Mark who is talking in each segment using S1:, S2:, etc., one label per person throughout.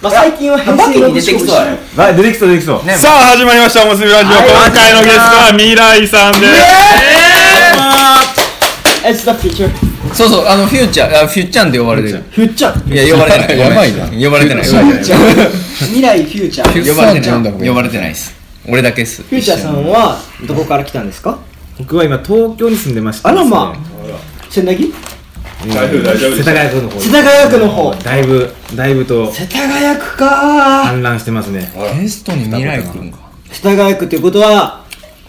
S1: まあ、最近は変身に出てきそうやね
S2: はい、出てきそう、出てきそう。
S1: ね
S3: さあ始まりましたおむすびラジオ、
S1: はい
S3: 今回のゲストは未来さんで
S4: It's
S3: す、
S4: the future.
S5: そうそう、あの、フューチャー、あ、フュッチャンで呼ばれてる。
S4: フュッチャー。
S5: いや、呼ばれてない。
S6: やばいな
S5: 呼ばれてない。
S6: フ
S5: 呼
S6: ュ
S5: ば
S6: ッ
S5: れて
S6: チ
S5: な
S6: ャ
S5: い。
S4: 未来フューチャー。フ
S6: ュッチャー
S5: 呼ば
S6: フュッチャー
S5: れて
S6: って呼んだ
S5: な
S6: 方がい
S5: い。
S6: い
S5: 呼ばれてないです。俺だけっす。
S4: ューチャーさんはどこから来たんですか
S2: 僕は今、東京に住んでまして
S4: あ
S2: です
S4: ら
S2: ね。
S4: ま千駄木
S3: 台風大丈夫
S2: 世田谷区の方。
S4: 世田谷区の方
S2: だいぶ、だいぶと、
S4: 世田谷区か
S2: 氾濫してますね。
S5: ゲストに未来君か。
S4: 世田谷区ってことは、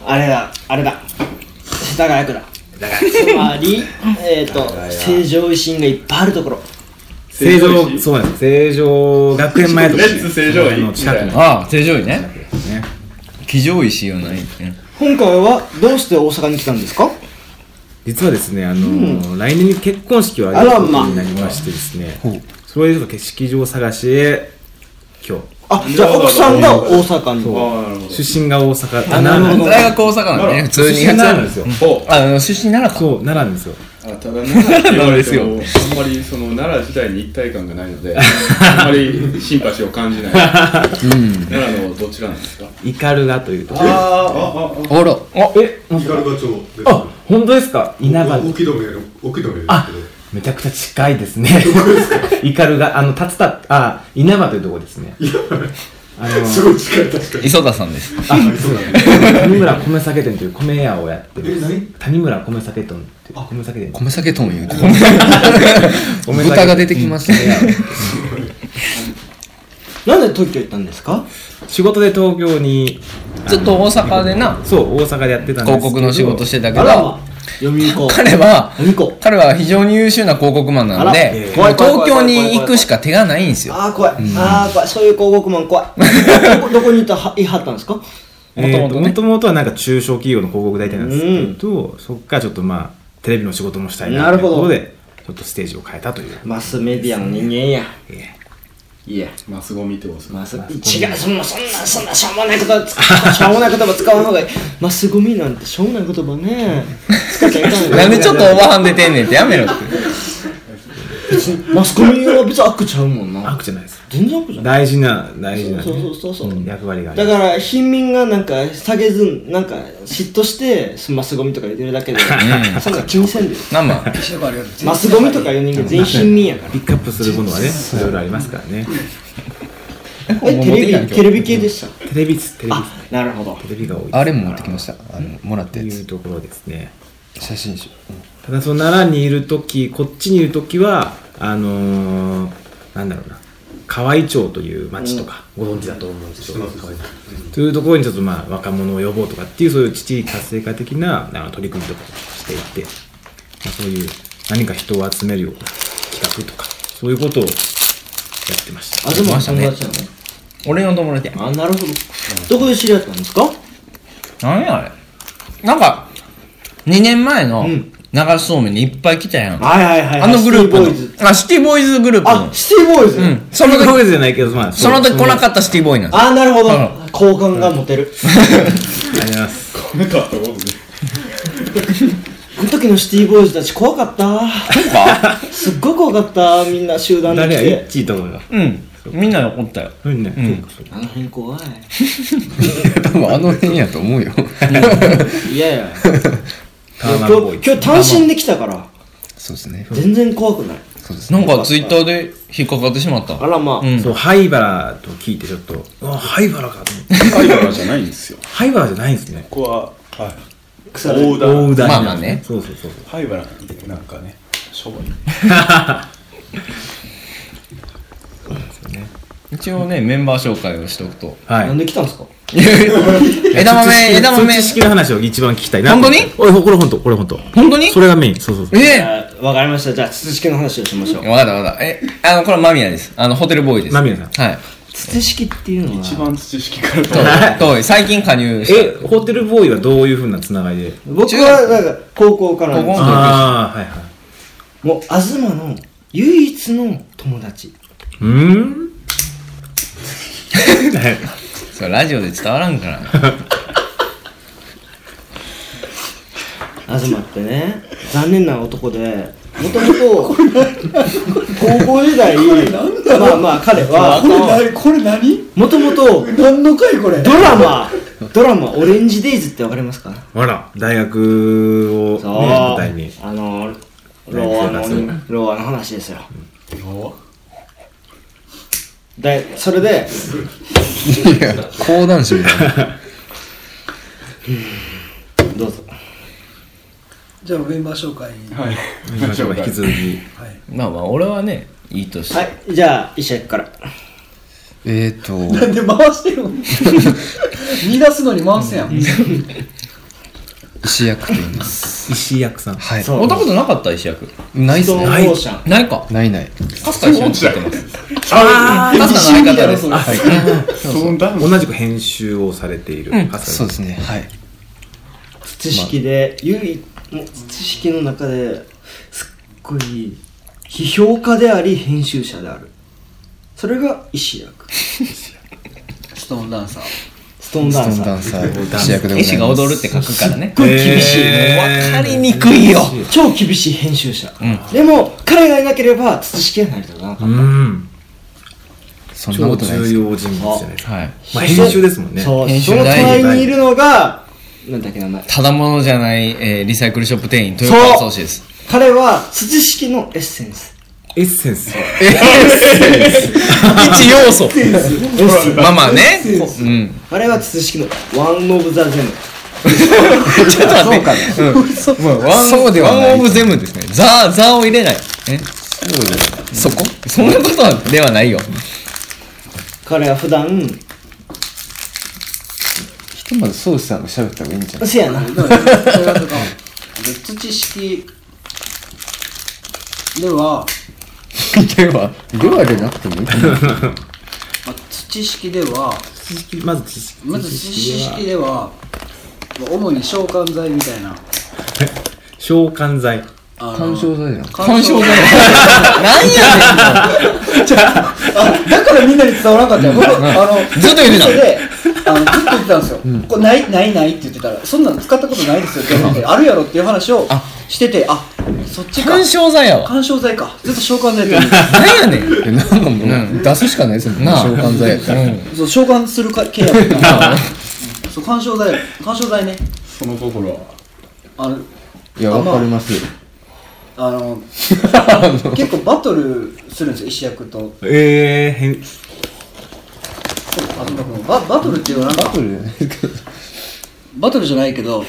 S4: あれだ、あれだ。世田谷区だ。つまり、えっと、成城維新がいっぱいあるところ。
S2: 成城、そうなんです。成城学園前とか。
S3: レッツ成城
S2: の近くの。
S5: ああ、正常位ね。騎乗位しようない。うん
S4: 今回はどうして大阪に来たんですか
S2: 実はですね、あのー、来年に結婚式を挙げることになりましてですね、それでちょっと式場を探しへ、今
S4: あ、じゃあ奥さんが大阪に。
S2: 日、出身が大阪、あ、
S4: なるほど
S5: 大学大阪なんでね、普通に。
S2: 出身奈良なんですよ。
S5: あの、出身奈良か。
S2: そう、奈良なんですよ。
S6: あただ奈良
S5: 良
S6: で
S5: ですす
S6: よあ
S5: よ
S6: んまりその奈良自体に一体感がないのであんまりシンパシーを感じない奈良のどちらなんですか
S2: イカルガというところ。
S5: おろ。
S2: あ、え、
S7: 光が町です。
S2: あ、本当ですか稲葉
S7: お。沖止めの、沖止めですけど。
S2: めちゃくちゃ近いですね。イカルが、あの、竜田、あ、稲葉というところですね。あの、
S7: すごい近い、確かに。
S5: 磯田さんです。
S2: あ、そうだね。谷村米酒店という米屋をやって
S7: え、
S2: ます。
S7: 何
S2: 谷村米酒店っていう米酒店。
S5: 米酒とも言うて。
S2: 米酒
S5: 豚が出てきましたね。
S4: なんで東京行ったんですか
S2: 仕事で東京に、
S5: ずっと大阪でな、
S2: そう、大阪でやってたんですけど。
S5: 広告の仕事してた
S4: あ
S5: け
S4: ら
S5: ど
S4: ま、、読み行こう。
S5: 彼は、
S4: 読み行こう。
S5: 彼は非常に優秀な広告マンなの
S4: あら
S5: で、
S4: 怖い怖い怖い
S5: 東
S4: 怖
S5: 京
S4: い
S5: に行くしか手がないんですよ。
S4: あー怖い、あー怖いそういう広告マン怖いどこどこにいたは言い張ったんですか
S2: えーと。
S5: 元々ね
S2: もともとはなんか中小企業の広告代理店なんですけど、そっからちょっとまあ、テレビの仕事もしたいなということで、ちょっとステージを変えたという。
S4: マスメディアの人間やいや
S6: マスゴミってことですか
S4: マス違うそんなそんなそんなしょうもないこと使うしょうもない言葉使わん方がいいマスゴミなんてしょうもない言葉 ね使っちゃいかんよ
S5: なんでちょっとオーバーハン出てんねんってやめろって。
S4: 別にマスコミは別に悪ちゃうもんな
S2: 悪じゃないです。
S4: 全然悪じゃない
S2: 大事な、大事なね。
S4: そうそうそうそう、
S2: うん役割があり
S4: だ
S2: ます
S4: から貧民がなんか下げずんなんか嫉妬してマスゴミとか入れてるだけで、 そんな気にせんでよ
S5: なんま、
S4: マスゴミとかいう人間全員貧民や から
S2: ピックアップするものはね、いろいろありますからね。
S4: えテレビテレビ系でした
S2: テレビです、テレビです
S4: あなるほど
S2: テレビが多いです。
S5: あれも持ってきました。あの、もらった
S2: と
S5: や
S2: い
S5: つ
S2: う。ところですね。
S5: 写真集。
S2: ただ、その奈良にいるとき、こっちにいるときは、あのー、なんだろうな、河合町という町とか、ご存知だと思うんですけど、というところにちょっとまあ、若者を呼ぼうとかっていう、そういう地域活性化的なあの取り組みとかをしていて、まあ、そういう何か人を集めるような企画とか、そういうことをやってました。
S4: あでも
S5: ま
S4: 友
S5: した
S4: 達
S5: ね
S4: なのね
S5: 俺の友達や。
S4: あなるほどどこで知り合ったんですか
S5: 何やあれ。なんか、2年前の
S4: ん
S5: 流しそうめんにいっぱい来たやん。
S4: はいはいは
S5: あのグループ
S4: シティボーイズ
S5: の。あ、シティボーイズグループ
S4: あ
S5: の。
S4: シティボーイズ
S5: うん。
S2: そ
S5: そ
S2: の
S5: の
S2: 時
S5: 時、
S2: じゃないけど、まあ、
S5: その時来な
S2: っ
S5: かったシティボーイなんです。
S4: あなるほど
S5: う
S4: 好感が持てる
S2: た。ありがとうございます。
S6: なかったことね
S4: あの時のシティボーイズたち怖かった
S5: か
S4: すっごい怖かったみんな集団で
S2: 誰
S4: 来
S2: や、イッ
S4: て
S2: チーと思うよ。
S5: うん。みんな怒ったよ。
S2: うんね。
S4: あの辺怖い
S5: 多分あの辺やと思うよ。
S4: いやいや
S2: ター
S4: 今
S2: マンボーイ
S4: 日今日単身で来たから
S5: そうですね。
S4: 全然怖くない
S5: そうですなんかツイッターで引っかかってしまった。
S4: あらまあ
S5: うん。
S2: そう、灰原と聞いてちょっと、あ、灰原かと思って。
S6: 貝原じゃないんですよ
S2: 灰原じゃないんですね。
S6: ここははい
S4: 腐る
S6: 大
S2: 大
S6: 田
S2: 宇田
S5: まあまあね
S2: そうそうそうそう。
S6: 貝原ってなんかね商売
S5: 一応ね、メンバー紹介をしておくと。
S2: は
S4: なん
S2: い。
S4: で来たんですか
S5: 枝豆、枝豆
S2: そっち、式の話を一番聞きたいなと思って。
S5: 本
S2: 当に俺、これ本当、これ本当。
S5: 本当に
S2: それがメイン。そうそうそう。
S5: え
S4: あわかりましたじゃあ筒式の話をしましょう
S5: えわかったわかった。え、あの、これはマミヤです。あの、ホテルボーイです。
S2: マミヤさん
S5: はい。
S4: 筒式っていうの
S6: 一
S4: は
S6: 番知識からと
S5: と、と、最近加入して。
S2: え、ホテルボーイはどういうふうなつながりで
S4: 僕はなんか高校からなんです
S5: 高校
S2: ああ、はいはい。
S4: もう東の唯一の友達
S2: うー ん
S5: それラジオで伝わらんから。
S4: 東ってね残念な男でもともと高校時代まあまあ彼は
S8: れこれ何
S4: もともと
S8: 何の回これ
S4: ドラマドラマ「オレンジデイズ」ってわかりますか
S2: あら、大学を、ね、
S4: そう
S2: 舞台に。
S4: あのロアのロアの話ですよでそれで
S5: いや、講談師みたいな。
S4: どうぞ
S8: じゃあメンバー紹介は
S2: 引き続き。
S5: まあまあ、俺はね、いいとして。
S4: はいじゃあ医者行くから
S5: えーと、
S8: なんで回してるの見出すのに回せやん
S5: 石役と言います。
S2: 石役さん。
S5: はい。おったことなかった石役。
S4: ないっ
S5: す
S4: ス
S5: ね
S4: トーンオーシャン
S5: ないか。
S9: ないない。
S5: かすか石役使ってます。ああ、かすかの相方です。はい
S6: そんな
S2: 同じく編集をされている。
S5: ん
S2: あ
S9: そうですね。はい。
S4: 知識で唯一もう知識の中ですっごい批評家であり編集者であるそれが石役
S8: ストーンダン サー
S4: ストーン
S9: ス
S4: ダ
S9: ト
S4: ン
S9: ー
S4: サ
S9: ンダン
S4: ー
S9: サー、主役でございます。
S5: 石が踊るって書くからね。
S4: ごい厳しい
S2: えー
S5: わかりにくいよ。
S4: 超厳しい編集者、
S5: ん
S4: でも彼がいなければ知識は成り立たなか
S2: う
S4: っ
S2: ん。
S9: そんな
S2: 超
S9: ことないで
S2: 重
S9: すよ。
S2: 要人物じゃないですか。
S5: はい。
S4: た、
S2: まあ、編集ですもんね。
S4: そう
S5: 編集
S4: その
S5: 大事
S4: 隣にいるのがなんだっけ名前
S5: ただものじゃない、えーリサイクルショップ店員、豊川宗氏です。
S4: 彼は知識のエッセンス
S2: エッセンス。
S5: 一 要素。まあまあね。こううん。
S4: 彼は知識のワン・オブ・ザ・ゼム
S5: ちょっと待って。うんもうワン
S9: そうではない
S5: ワンオブゼムですね。ザー、ザーを入れない。えそうです。そこそんなことはではないよ。
S4: 彼は普段
S9: ひとまずソウシさんが喋った方がいいんじゃない
S4: せやな
S8: 土式では、
S9: では、量でなくてもいいかな。
S8: まあ、土式では
S2: まず知識。
S8: まず土式では主に召喚剤みたいな
S2: 召喚剤。
S8: あ
S9: 干
S8: の
S9: 渉剤じゃん。
S5: 干渉剤。
S8: 剤
S5: なんや
S8: だからみんなに伝わらなかったよ僕あの
S5: ずっと言ってた
S8: それであのずっと言ってたんですよ、これないないないって言ってたらそんなの使ったことないですよって言われてあるやろっていう話をしててあそっち
S5: ねん。
S8: か
S5: 干渉剤やわ。
S8: 干渉剤かずっと召喚剤って言うんで
S5: なんやねん。
S9: え なんかもう、出すしかないですよね。
S5: なあ
S9: 召喚剤やったら。
S5: うん
S8: すそう召喚するか系やったからそう干渉剤干渉剤ね
S6: その心は。
S8: あの
S9: いや、
S8: あ
S9: わ
S8: まあ
S9: かります。
S8: あの結構バトルするんですよ石役と
S2: ええー、編、
S8: あと僕もババトルっていうのはなん
S9: バ
S8: か
S9: トルじゃないですか。
S8: バトルじゃないけど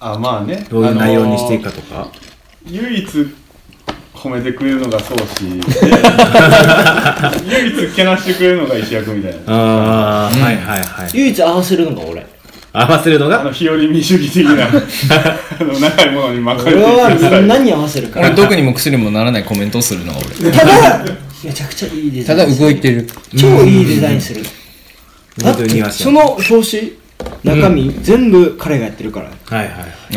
S6: あ、まあね。
S2: どういう内容にしていく
S6: か。
S2: かとか。
S6: 唯一褒めてくれるのが宗師で、唯一けなしてくれるのが石役みたいな。
S2: ああ、はいはいはい。
S4: 唯一合わせるのが俺
S2: 合わせるの
S6: あ
S2: が、
S6: の、日和見主義的な、あの、長いものに巻かれ
S4: 俺
S6: ていくスタ
S4: は
S6: イル。
S4: 何に合わせるか
S5: 俺、毒にも薬にもならないコメントをするのが俺。
S4: ただめちゃくちゃいいデザ
S9: た
S4: イン
S9: だ
S4: する
S9: 動いてる。
S4: 超いいデザインするだっ
S2: 本当に
S4: て
S2: 庭師
S4: その表紙中身全部彼がやってるから
S2: はい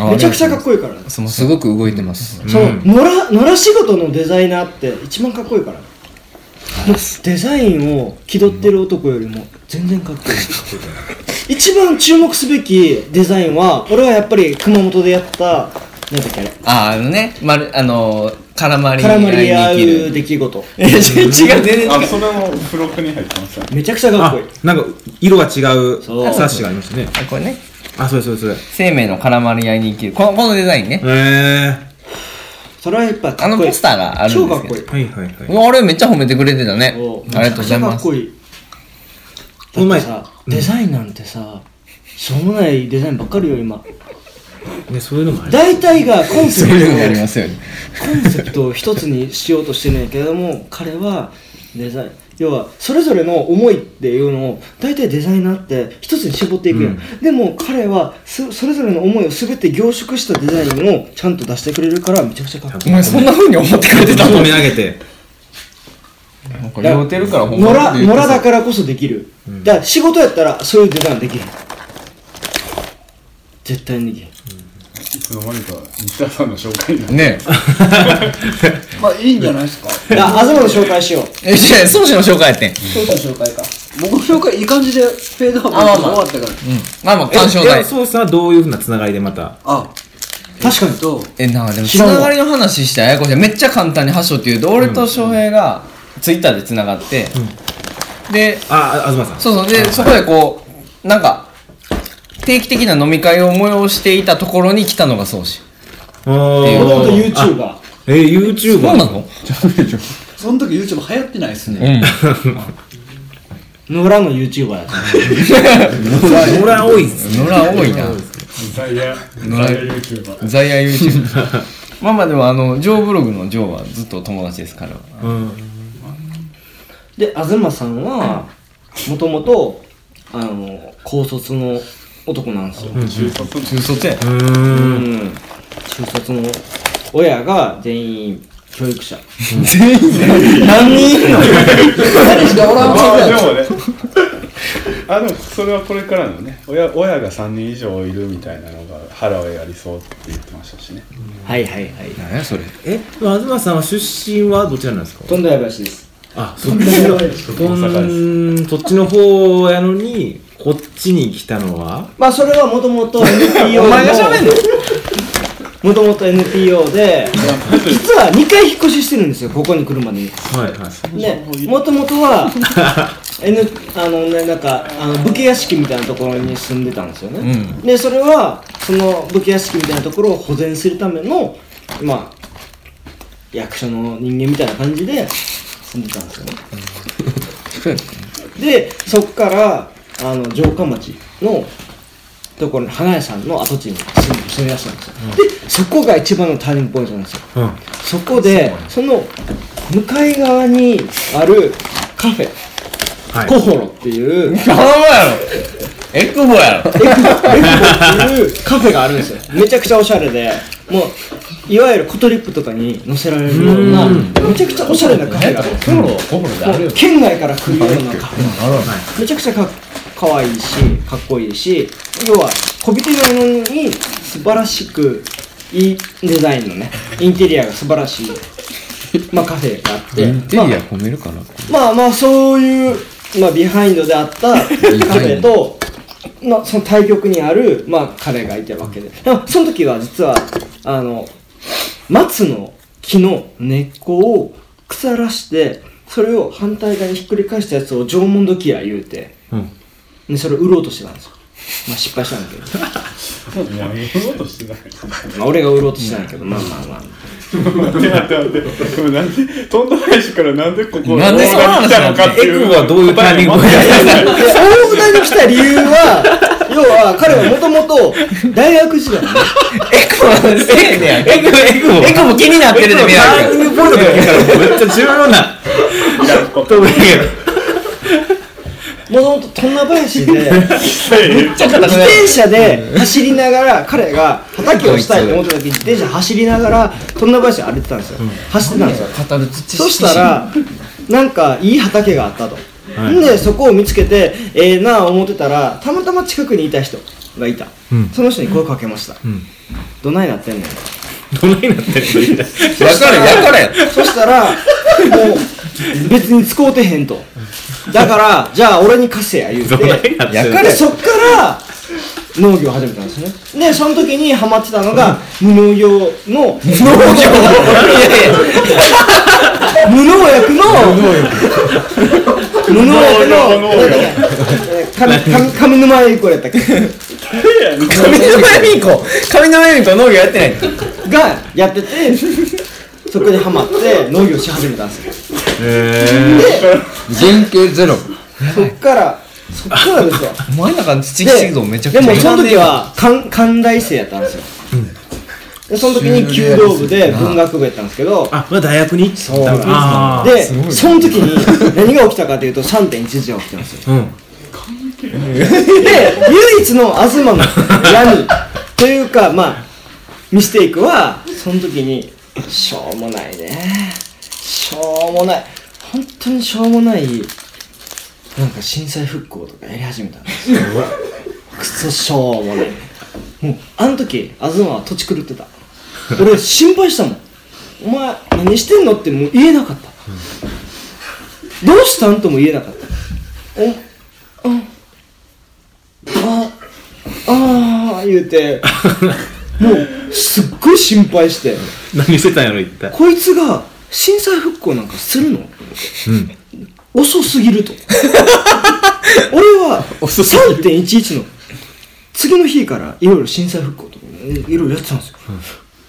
S2: はい。
S4: めちゃくちゃかっこいいから
S5: すみませ
S9: す
S5: ん。
S9: ごく動いてます。
S4: その野良野良仕事のデザイナーって一番かっこいいからもうデザインを気取ってる男よりも全然かっこいい一番注目すべきデザインは俺はやっぱり熊本でやったなんだっけあれ
S5: あ、あのね、まる、あのー、絡まり
S4: 絡まり合
S5: 合いに生
S4: う
S5: きる。
S4: 出来事
S5: いや、違う、全然
S6: あ、それも付録に入ってますね。
S4: めちゃくちゃかっ
S2: あ
S4: こいい、
S2: なんか、色が違う
S4: そう
S2: 冊子がありましたね。
S5: あこれね、
S2: あ、そうですそうです。
S5: 生命の絡まり合いに生きる。この、このデザインね。
S2: え
S4: それはやっぱ
S5: あ
S4: かっ
S5: の
S4: こいい
S5: ポスターがあるん
S4: 超
S5: で
S4: か
S5: す
S4: っ
S5: け
S4: こ
S5: ど
S4: いいう
S2: ー。はいはいは
S5: う
S2: い。
S5: わあれめっちゃ褒めてくれてたね
S4: そう。
S5: ありがと
S4: めちゃ
S5: うござい
S4: くちゃか
S5: ま
S4: っ
S5: す
S4: こ。いい。
S2: この前
S4: だってさ、デザインなんてさ、しょうもないデザインばっかりよ、今。
S2: ね、そういうのもあり
S4: 大体がコンセ
S9: そういうのもあり
S4: プ
S9: ますよね。
S4: トを、コンセプトを一つにしようとしてないけれども、彼はデザイン。要は、それぞれの思いっていうのを、大体デザイナーって一つに絞っていくやん。でも彼はす、それぞれの思いを全て凝縮したデザインをちゃんと出してくれるから、めちゃくちゃかっこいい。
S5: お前そんな風に思ってくれて た
S2: ま
S5: の
S2: とめ上げて。
S5: なんか酔うてるからほん
S4: 野
S5: ま
S4: 良
S5: に
S4: 野良だからこそできる、だから仕事やったらそういうデザインできる絶対にできる
S6: いつの間にか、西田さんの紹介になっ
S5: ね
S8: まあいいんじゃないですか
S4: あ東の紹介しよう
S5: え。え、じゃあ、宗師の紹介やってん。
S8: そうそう紹介か僕の紹介いい感じでフェードアウト
S5: あまあ
S8: 終
S5: まあ
S8: わったから
S5: まあまあ、干渉
S2: え
S5: 剤。
S2: そうさんはどういうふうなつながりでまた。
S8: あえ
S4: 確かに
S8: と
S5: えなんかでも
S4: 知
S5: つ
S4: らんわ
S5: ながりの話してあやこちゃんめっちゃ簡単にはしょって言うと俺と翔平がツイッターでつながって、で
S2: あ、あ東さん。
S5: そうそうでそこでこうなんか定期的な飲み会を催していたところに来たのがそうし
S2: あ
S4: もともと
S2: ー
S4: YouTuber
S2: えー、
S5: そうな
S2: YouTuber。
S5: の
S8: その時 YouTube 流行ってないですね
S5: う
S4: 野
S5: ん
S4: 良の YouTuber やった
S2: ほら、多いっす。
S5: 野良多いな
S7: 在野
S5: 野良
S7: 在野 YouTuber
S5: 在野 YouTube まあまあでもあのジョーブログのジョーはずっと友達ですから
S2: うん。
S4: で東さんはもともとあの高卒の男なんですよ、
S5: 中卒や
S4: うん中卒の親が全員教育者
S8: 誰しかおらんわぐらい
S3: でもねあでもそれはこれからのね親親が3人以上いるみたいなのが腹はやりそうって言ってましたしね
S4: はいはいはい
S5: 何やそれ
S2: え、東さんは出身はどちらなんですか
S4: とんだやばいしです
S2: あ、そっちの、
S3: んな
S2: うんそっちの方やのに、こっちに来たのは
S4: まあそれはもともと NPO のもともと NPO で実は2回引っ越ししてるんですよここに来るまでに
S2: はいはい。
S4: ねもともと は N あのねなんかあの武家屋敷みたいなところに住んでたんですよね、
S5: うん
S4: でそれはその武家屋敷みたいなところを保全するためのまあ役所の人間みたいな感じで住んでたんですよねでそっからあの城下町のところに花屋さんの跡地に住み住み出したんですよ、でそこが一番のターニングポイントなんですよ
S2: うん。
S4: そこでその向かい側にあるカフェ、
S2: はい
S4: コホロっていうエク
S5: 頼むやろエクボやろ
S4: ボっていうカフェがあるんですよめちゃくちゃおしゃれでもういわゆるコトリップとかに載せられるようなめちゃくちゃおしゃれなカフェがある
S5: コロコロであ
S4: もう県外から来るようなカフェめちゃくちゃか可愛いしかっこいいし要はこびてないのに素晴らしくいいデザインのねインテリアが素晴らしい、まあ、カフェがあって
S5: インテリア褒めるかな
S4: まあまあそういう、まあ、ビハインドであったカフェと、まあ、その対極にある、まあ、彼がいたわけででもその時は実はあの松の木の根っこを腐らしてそれを反対側にひっくり返したやつを縄文土器や言うて、
S2: うん
S4: でそれを売ろうとしてたんですよまあ失敗したんだけどまあ俺が売ろうとしてたんだけどまあまあまあ
S3: 待って待って待ってでもなんでとんだ返しからなんでここ
S5: なんでそんな話
S3: 来たのかって
S2: エ
S3: い
S2: ク
S3: う
S2: ボはどういうタイミング
S3: 答え
S2: で
S4: で大船に来た理由は要は彼はもともと大学時代にね
S5: エクボせえねやエクボエクボエクボ気になってるで見られる
S2: ボルトがからめっちゃ重要な。と思うけ
S4: もともと富田林 で
S5: ちょっと
S4: 自転車で走りながら彼が畑をしたいと思った時に自転車走りながら富田林を歩いてたんですよ、走ってたんですよ
S5: 語る土
S4: そした らなんかいい畑があったと、でそこを見つけてええなあ思ってたらたまたま近くにいた人がいた、
S2: うん
S4: その人に声かけました、
S2: ん
S4: どないなってんねん
S2: ど。どないなってるの
S5: 分かる分かるや
S4: そしたら、もう、別に使うてへんと。だから、じゃあ俺に貸せや、言う
S2: どない
S4: て。
S2: なって
S5: や
S2: る
S5: か
S4: で、
S5: れ
S4: そっから、農業を始めたんですね。で、その時にハマってたのが、無農業の、無農薬の、無農薬の、なんだっけえー上上上沼恵美子やったっけ
S5: 上沼恵美子上沼恵美子農業やってない
S4: がやってて、そこでハマって農業し始めたんですよ。
S9: 原型ゼロ。
S4: そっから、そっからですよ。
S5: お前なんか土
S4: で
S5: 質度めちゃく
S4: で
S5: ちゃ
S4: もその時は関関大生やったんですよ、でその時に弓道部で文学部やったんですけど
S2: あ、まあ大学に行った
S4: う
S2: のあー
S4: でその時に何が起きたかというと3.11が起きたんですよ
S2: うん。
S4: で唯一の東の闇というか まあミステイクはその時にしょうもないねしょうもない本当にしょうもないなんか震災復興とかやり始めたんですよくそしょうもないもうあの時東は土地狂ってた俺心配したもんお前何してんのってもう言えなかったどうしたんとも言えなかったおあああ言うてもうすっごい心配して
S2: 何してたんやろ一体
S4: こいつが震災復興なんかするの、遅すぎると 俺は3.11の次の日からいろいろ震災復興とかいろいろやってたんですよ、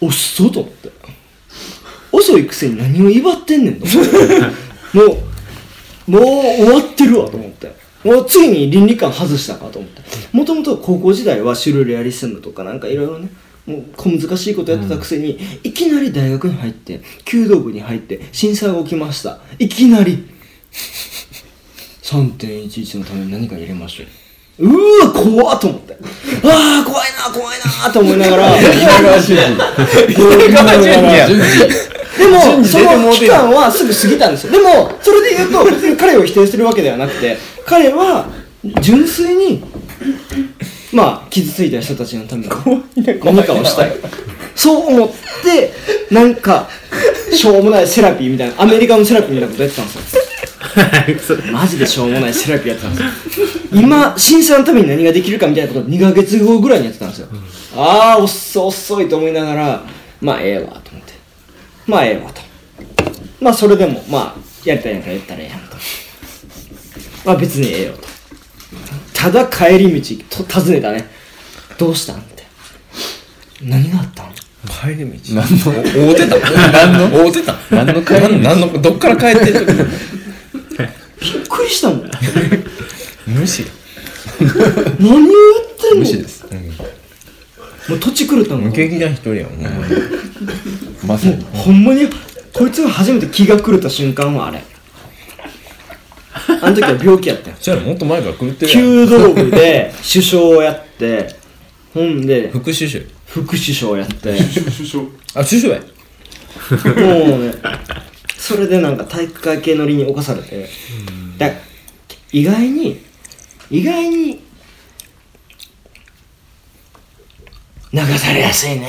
S4: 遅っと思って遅いくせに何を威張ってんねんと思 ってもうもう終わってるわと思ってもうついに倫理観外したかと思ってもともと高校時代はシュルレアリスムとかなんかいろいろねもう小難しいことやってたくせに、いきなり大学に入って弓道部に入って震災が起きましたいきなり3.11のために何か入れましょううーわ怖っと思ってああ怖いな怖いなーと思いながらでも、その期間はすぐ過ぎたんですよ。でも、それで言う と、別に彼を否定するわけではなくて、彼は、純粋に、まあ、傷ついた人たちのために、何かをしたい。そう思って、なんか、しょうもないセラピーみたいな、アメリカのセラピーみたいなことやってたんですよ。マジでしょうもないセラピーやってたんですよ今審査のために何ができるかみたいなことを2ヶ月後ぐらいにやってたんですよ、ああ遅い遅いと思いながらまあええわと思ってまあええわとまあそれでもまあやりたいんやからやったらええやんとまあ別にええよとただ帰り道と尋ねたねどうしたんって何があったん
S5: 何の会うてた何の会うてた何の会何のどっから帰ってる
S4: びっくりしたもん
S5: 無視
S4: 何を言ってんの
S5: 無視です
S4: もう土地狂ったもん
S5: 無敵な一人やもんほんまにまさに
S4: ほんまにこいつが初めて気が狂った瞬間はあれあの時は病気やったよ
S5: じゃあもっと前から狂ってるやん
S4: 弓道部で首相をやってほんで
S5: 副首相
S4: 副首相をやっても
S5: あ首相や
S4: うねそれでなんか体育会系のりに侵されてだ意外に意外に流されやすいね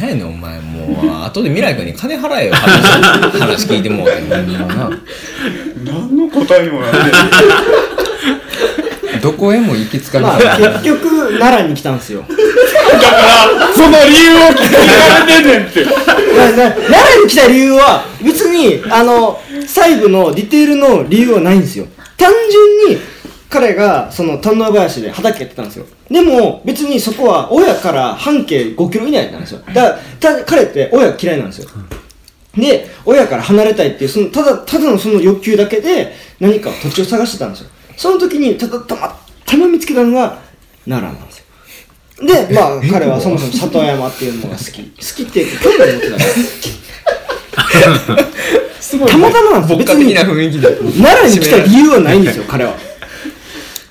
S5: 何やねんお前もう後で未来君に金払え よ話話聞いてもうてほんまな
S3: 何の答えにもなって
S9: どこへも行き着か
S4: ま
S9: な
S4: あ
S9: い。
S4: 結局奈良に来たんですよ
S3: その理由を聞かれてんねんって
S4: なな奈良に来た理由は別にあの細部のディテールの理由はないんですよ単純に彼がその丹野林で畑やってたんですよでも別にそこは親から半径5キロ以内なんですよだからた彼って親嫌いなんですよで親から離れたいっていうそのただただのその欲求だけで何か土地を探してたんですよその時にただたまたま見つけたのが奈良なんですよでまあ彼はそもそも里山っていうの が好き好きっていうか興味を持ってたんです すごいたまたまなんですよ
S5: 牧
S4: 別
S5: 歌的
S4: に
S5: な雰囲気だ
S4: 奈良に来た理由はないんですよ彼は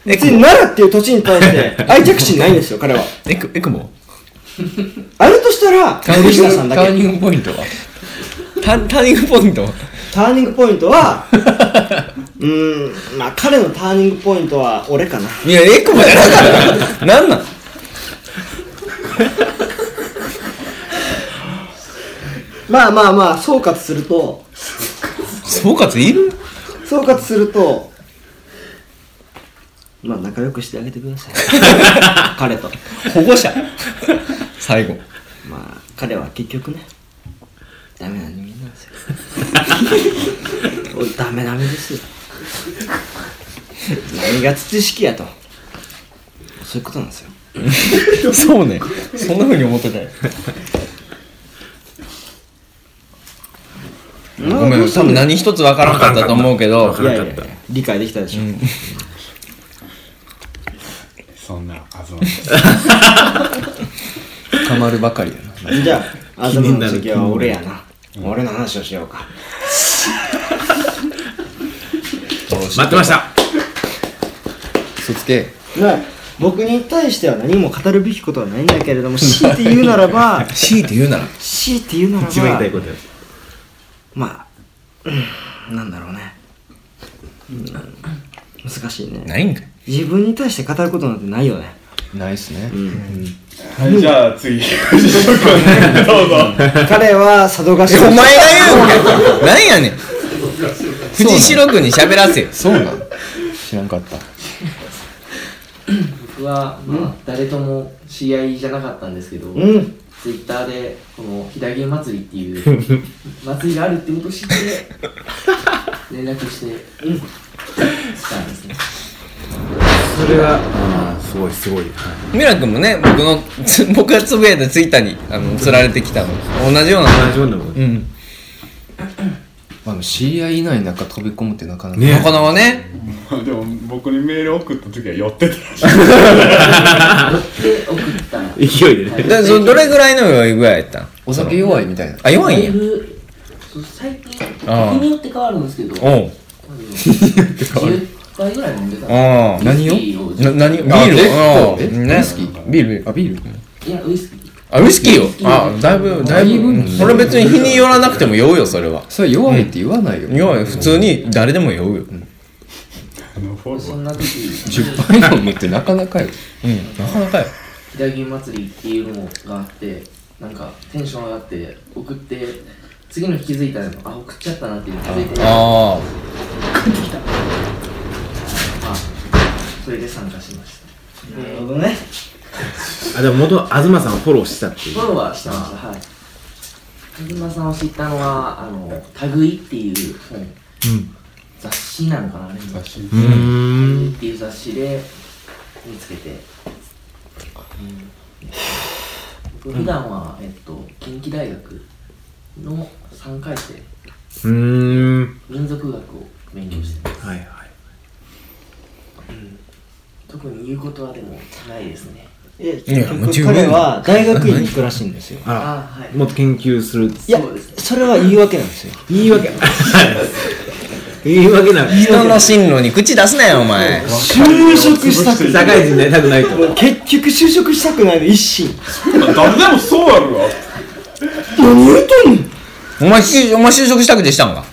S4: 別に奈良っていう土地に対して愛着心ないんですよ彼は
S5: エクエクモ
S4: あるとしたら
S5: ター
S4: 森下さんだけ
S5: ニングポイントはタターニングポイントは
S4: ターニングポイントは うーんまあ彼のターニングポイントは俺かない
S5: やエクモじゃなかったなんなん
S4: まあまあまあ総括すると
S5: 総括いる
S4: 総括するとまあ仲良くしてあげてくだ さい彼と
S5: 保護者最後
S4: まあ彼は結局ねダメな人間なんです よおダメダメですよ何が知識やとそういうことなんですよ
S5: そうね そんなふうに思ってたよごめん多分何一つ分からんかったと思うけど
S4: いやいやいや理解できたでしょ、
S3: そんなあず
S9: たまるばかりやな。
S4: じゃあ東の次は俺やな俺の話をしようか
S2: 待ってました
S9: 嘘つけ。
S4: まあ僕に対しては何も語るべきことはないんだけれども強いて言うなら ば
S5: 強いて言うなら
S4: 強いて言うなら
S2: 一番言いたい
S4: ば
S2: ことや
S4: まあ、うん、なんだろうね、うん難しいね
S5: ないんかい
S4: 自分に対して語ることなんてないよね
S9: ないっすね。
S3: はいじゃあ次藤井君どうぞ
S4: 彼は佐渡
S5: え
S4: 島
S5: お前が言うんかいなんやねん藤代君に喋らせよ
S9: そうなん知らんかった。
S1: 僕は、まあ、誰とも知り合いじゃなかったんですけど、
S4: うん
S1: ツイッターでこの飛騨牛祭りっていう 祭りがあるってことを知って連絡して、うん、したんですね
S2: それは、うんすごいすごい。
S5: ミラ君もね僕のつ僕がつぶやいたツイッターにあの釣られてきたの同じような
S2: 同じようなもん
S5: う
S2: ね。
S5: んあの知り合いいない中飛び込むってなかなか
S2: ね
S5: なかなかね
S3: でも僕にメール送った時は寄ってたらしい
S1: で送ったら
S2: 勢いでね。
S5: でそどれぐらいの酔い具合やったん
S9: お酒弱いみたいな
S5: あ弱い
S1: だい
S5: んや
S1: ぶそう最近
S5: ああ
S1: 日によって変わるんですけど
S5: おう
S1: 10杯ぐらい飲んでた
S5: ああ
S9: 何を
S1: ビールを
S5: な何ビール
S9: あえ
S5: ああ
S9: え
S5: ね
S9: ウイスキー
S5: ビール
S9: あビール
S1: いやウイスキー
S5: あウイスキーよあだいぶだい
S9: だいぶ
S5: ぶそれ別に日によらなくても酔うよそれは
S9: それ弱いって言わないよ
S5: 酔う普通に誰でも酔うよ
S3: あのフォロー
S1: そんな時に
S9: 10杯飲むってなかなかよ
S5: うんなかなかよ
S1: 飛騨牛祭りっていうのがあってなんかテンション上がって送って次の日気づいたらあ送っちゃったなっていうの気づいて
S5: ああ
S1: あそれで参加しました
S4: なるほどね
S2: あ、でも元、東さんをフォローしてたっていう
S1: フ。ォローはしてましたはい田島さんを知ったのは「あのタグイ」っていう本、雑誌なのかなあれ雑誌
S2: うーん。
S1: っていう雑誌で見つけて、うん、僕普段は、えっと近畿大学の3回生
S2: うーん。
S1: 民族学を勉強してます
S2: はいはい。
S1: 特に言うことはでもないですね
S4: え
S5: いやもう十分
S4: 彼は大学院に行くらしいんですよ
S2: あら、
S1: ああはい
S2: もっと研究する。
S4: いや
S1: そうです
S4: それは言い訳なんですよ
S2: 言い訳。言い訳なの。
S5: 人の進路に口出すなよお前
S4: 就職したく
S2: 社会人になりたくないと。
S4: もう結局就職したくないの一心
S3: 誰でもそうやろ
S4: 何言ってんの
S5: お前しお前就職したくてしたんか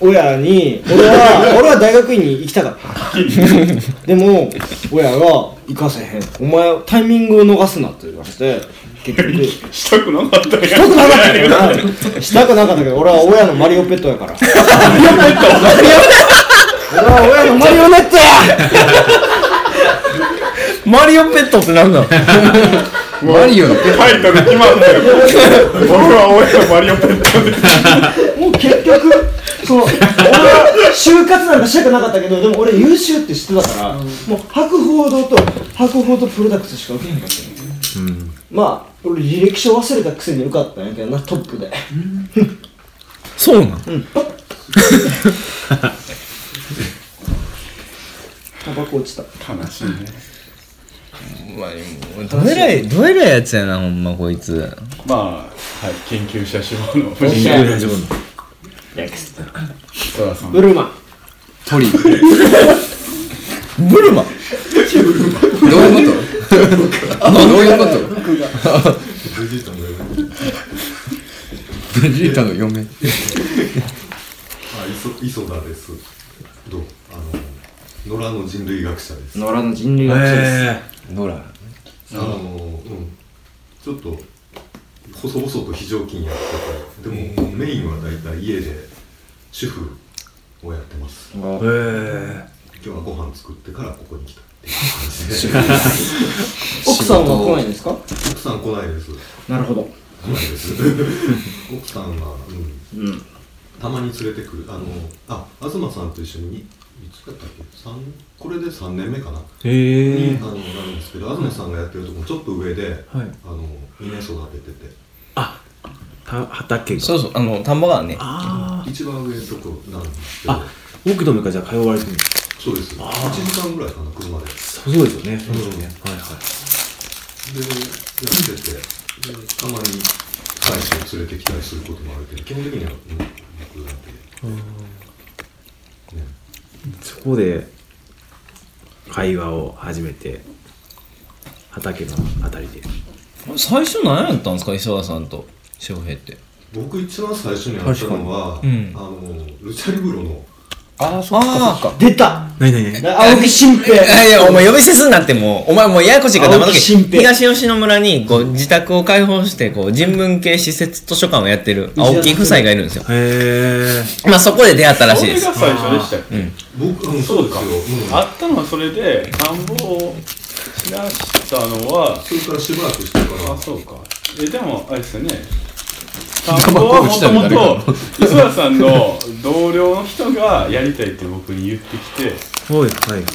S4: 親に俺は 俺は大学院に行きたかったでも親が「行かせへんお前タイミングを逃すな」って言われて結局
S3: したくなかった
S4: したくなかったけどなしたくなかったけど俺は親のマリオペットやからマリオペット 俺は親のマリオネットや
S5: マリオペットってなんだ
S9: マリオの
S3: タイトル決まったよ僕は親のマリオペットで
S4: もう結 局その俺は就活なんかしたくなかったけどでも俺優秀って知ってたからもう博報堂と博報堂プロダクツしか受けへんかったよまあ俺履歴書忘れたくせに受かったんやけどなトップで
S5: そうなん
S4: タバコ落ちた
S3: 悲しいね
S5: どえらいどえらいやつやなほんまこいつ
S3: まあはい研究者志望の
S2: 研
S3: 藤
S2: 究の自分の。
S3: 沢さん
S4: ブルーマン
S9: 鳥ど
S5: ブルマ
S9: ういうことどういうこと
S7: ベジータもやる
S9: ベジータの嫁
S7: あ磯磯田ですどうあの野良の人類学者です
S9: 野良の人類
S2: え
S9: 野良
S7: あのうんちょっと細々と非常勤やっててでもメインは大体家で主婦をやってます
S2: え。え
S7: 今日はご飯作ってからここに来たっていう
S4: 奥さんは来ないんですか
S7: 奥さん来ないです
S4: なるほど
S7: 来ないです奥さんはうん、たまに連れてくるあのあ東さんと一緒にいいつだったっけ三これで3年目かな
S2: え。へえ
S7: あ。のなんですけど東さんがやってるとこもちょっと上で、
S2: はい
S7: あの稲育ててて
S2: あ、た畑が。
S5: そうそうあの田んぼがね
S2: あ
S7: 一番上のとこなんですけ
S2: あ。
S7: ど
S2: あ、奥の目からじゃあ通われてるんです。
S7: そうです1時間ぐらいかな車でで
S2: そうですよね。そうですよね。はいはい。
S7: やっててでたまに大使を連れてきたりすることもあるけど基本的には、うん、僕だけで、ね、
S2: そこで会話を始めて畑のあたりで
S5: 最初何やったんですか磯田さんと翔平って
S7: 僕一番最初に会ったのは、
S5: にうん
S7: あのルチャリブロの
S5: ああそっかそっか
S4: 出た
S2: 何何何
S4: 青木新
S5: い
S4: 平
S5: やいやお前呼び捨てすんなってもうお前もうややこしいから黙っとけ
S4: 青木新平
S5: 東吉野村にこう自宅を開放してこう人文系施設図書館をやってる青木夫妻がいるんですよ
S2: へえ
S5: まあそこで出会ったら
S3: そ
S5: しい
S3: れ
S5: で
S3: が
S5: す
S3: 最初でしたっけ
S7: 僕、うん、そうですよ、うん
S3: あったのはそれで田んぼを出したのは
S7: それからしばらくしてから
S3: あそうかえでもあれですよね田んぼはもともと磯田さんの同僚の人がやりたいって僕に言ってき
S2: はいはいはいはい
S3: て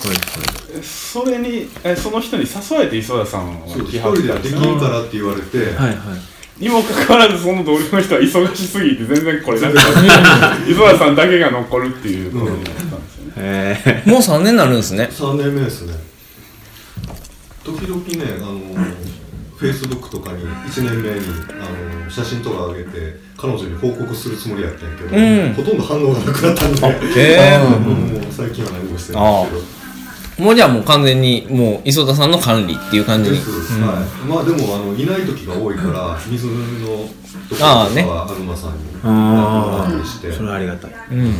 S3: それにえその人に誘われて磯田さんを
S7: そう
S3: 来
S7: 一
S3: は
S7: 人
S3: っ
S7: で
S3: たんで
S7: ですき
S3: よ
S7: んからって言われて
S2: はいはい
S3: にもかかわらずその同僚の人は忙しすぎて全然これなくなって 磯田さんだけが残るっていうことになったんですよね
S2: えー、
S5: もう3年になるんですね
S7: 3年目ですね時々ねあのフェイスブックとかに1年目にあの写真とか上げて彼女に報告するつもりやったんやけど、
S5: うん
S7: ほとんど反応がなくなったんで、
S5: へー
S7: うんもう最近は何もしてないんですけど
S5: もうじゃあもう完全にもう磯田さんの管理っていう感じ
S7: で
S5: に
S7: す、はい、まあでもあのいない時が多いから水のところとか
S5: あーね
S7: はアルマさんにあのお願いして、
S2: それはありがたい
S5: うん
S7: うんね、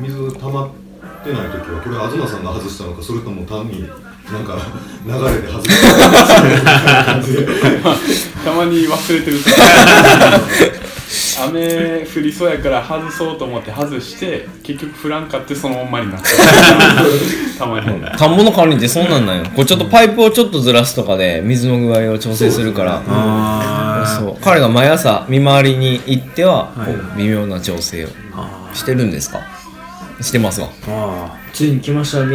S7: 水溜まってない時はこれ東さんが外したのかそれとも単になんか流れで外したのかみたいな感じで
S3: たまに忘れてる雨降りそうやから外そうと思って外して結局降らんかってそのまんまになったたまに
S5: 田んぼの管理ってそうなんなんよこうちょっとパイプをちょっとずらすとかで水の具合を調整するから
S2: あ
S5: そう彼が毎朝見回りに行ってはこう微妙な調整をしてるんですかしてますわ
S2: ああ
S4: ついに来ました未来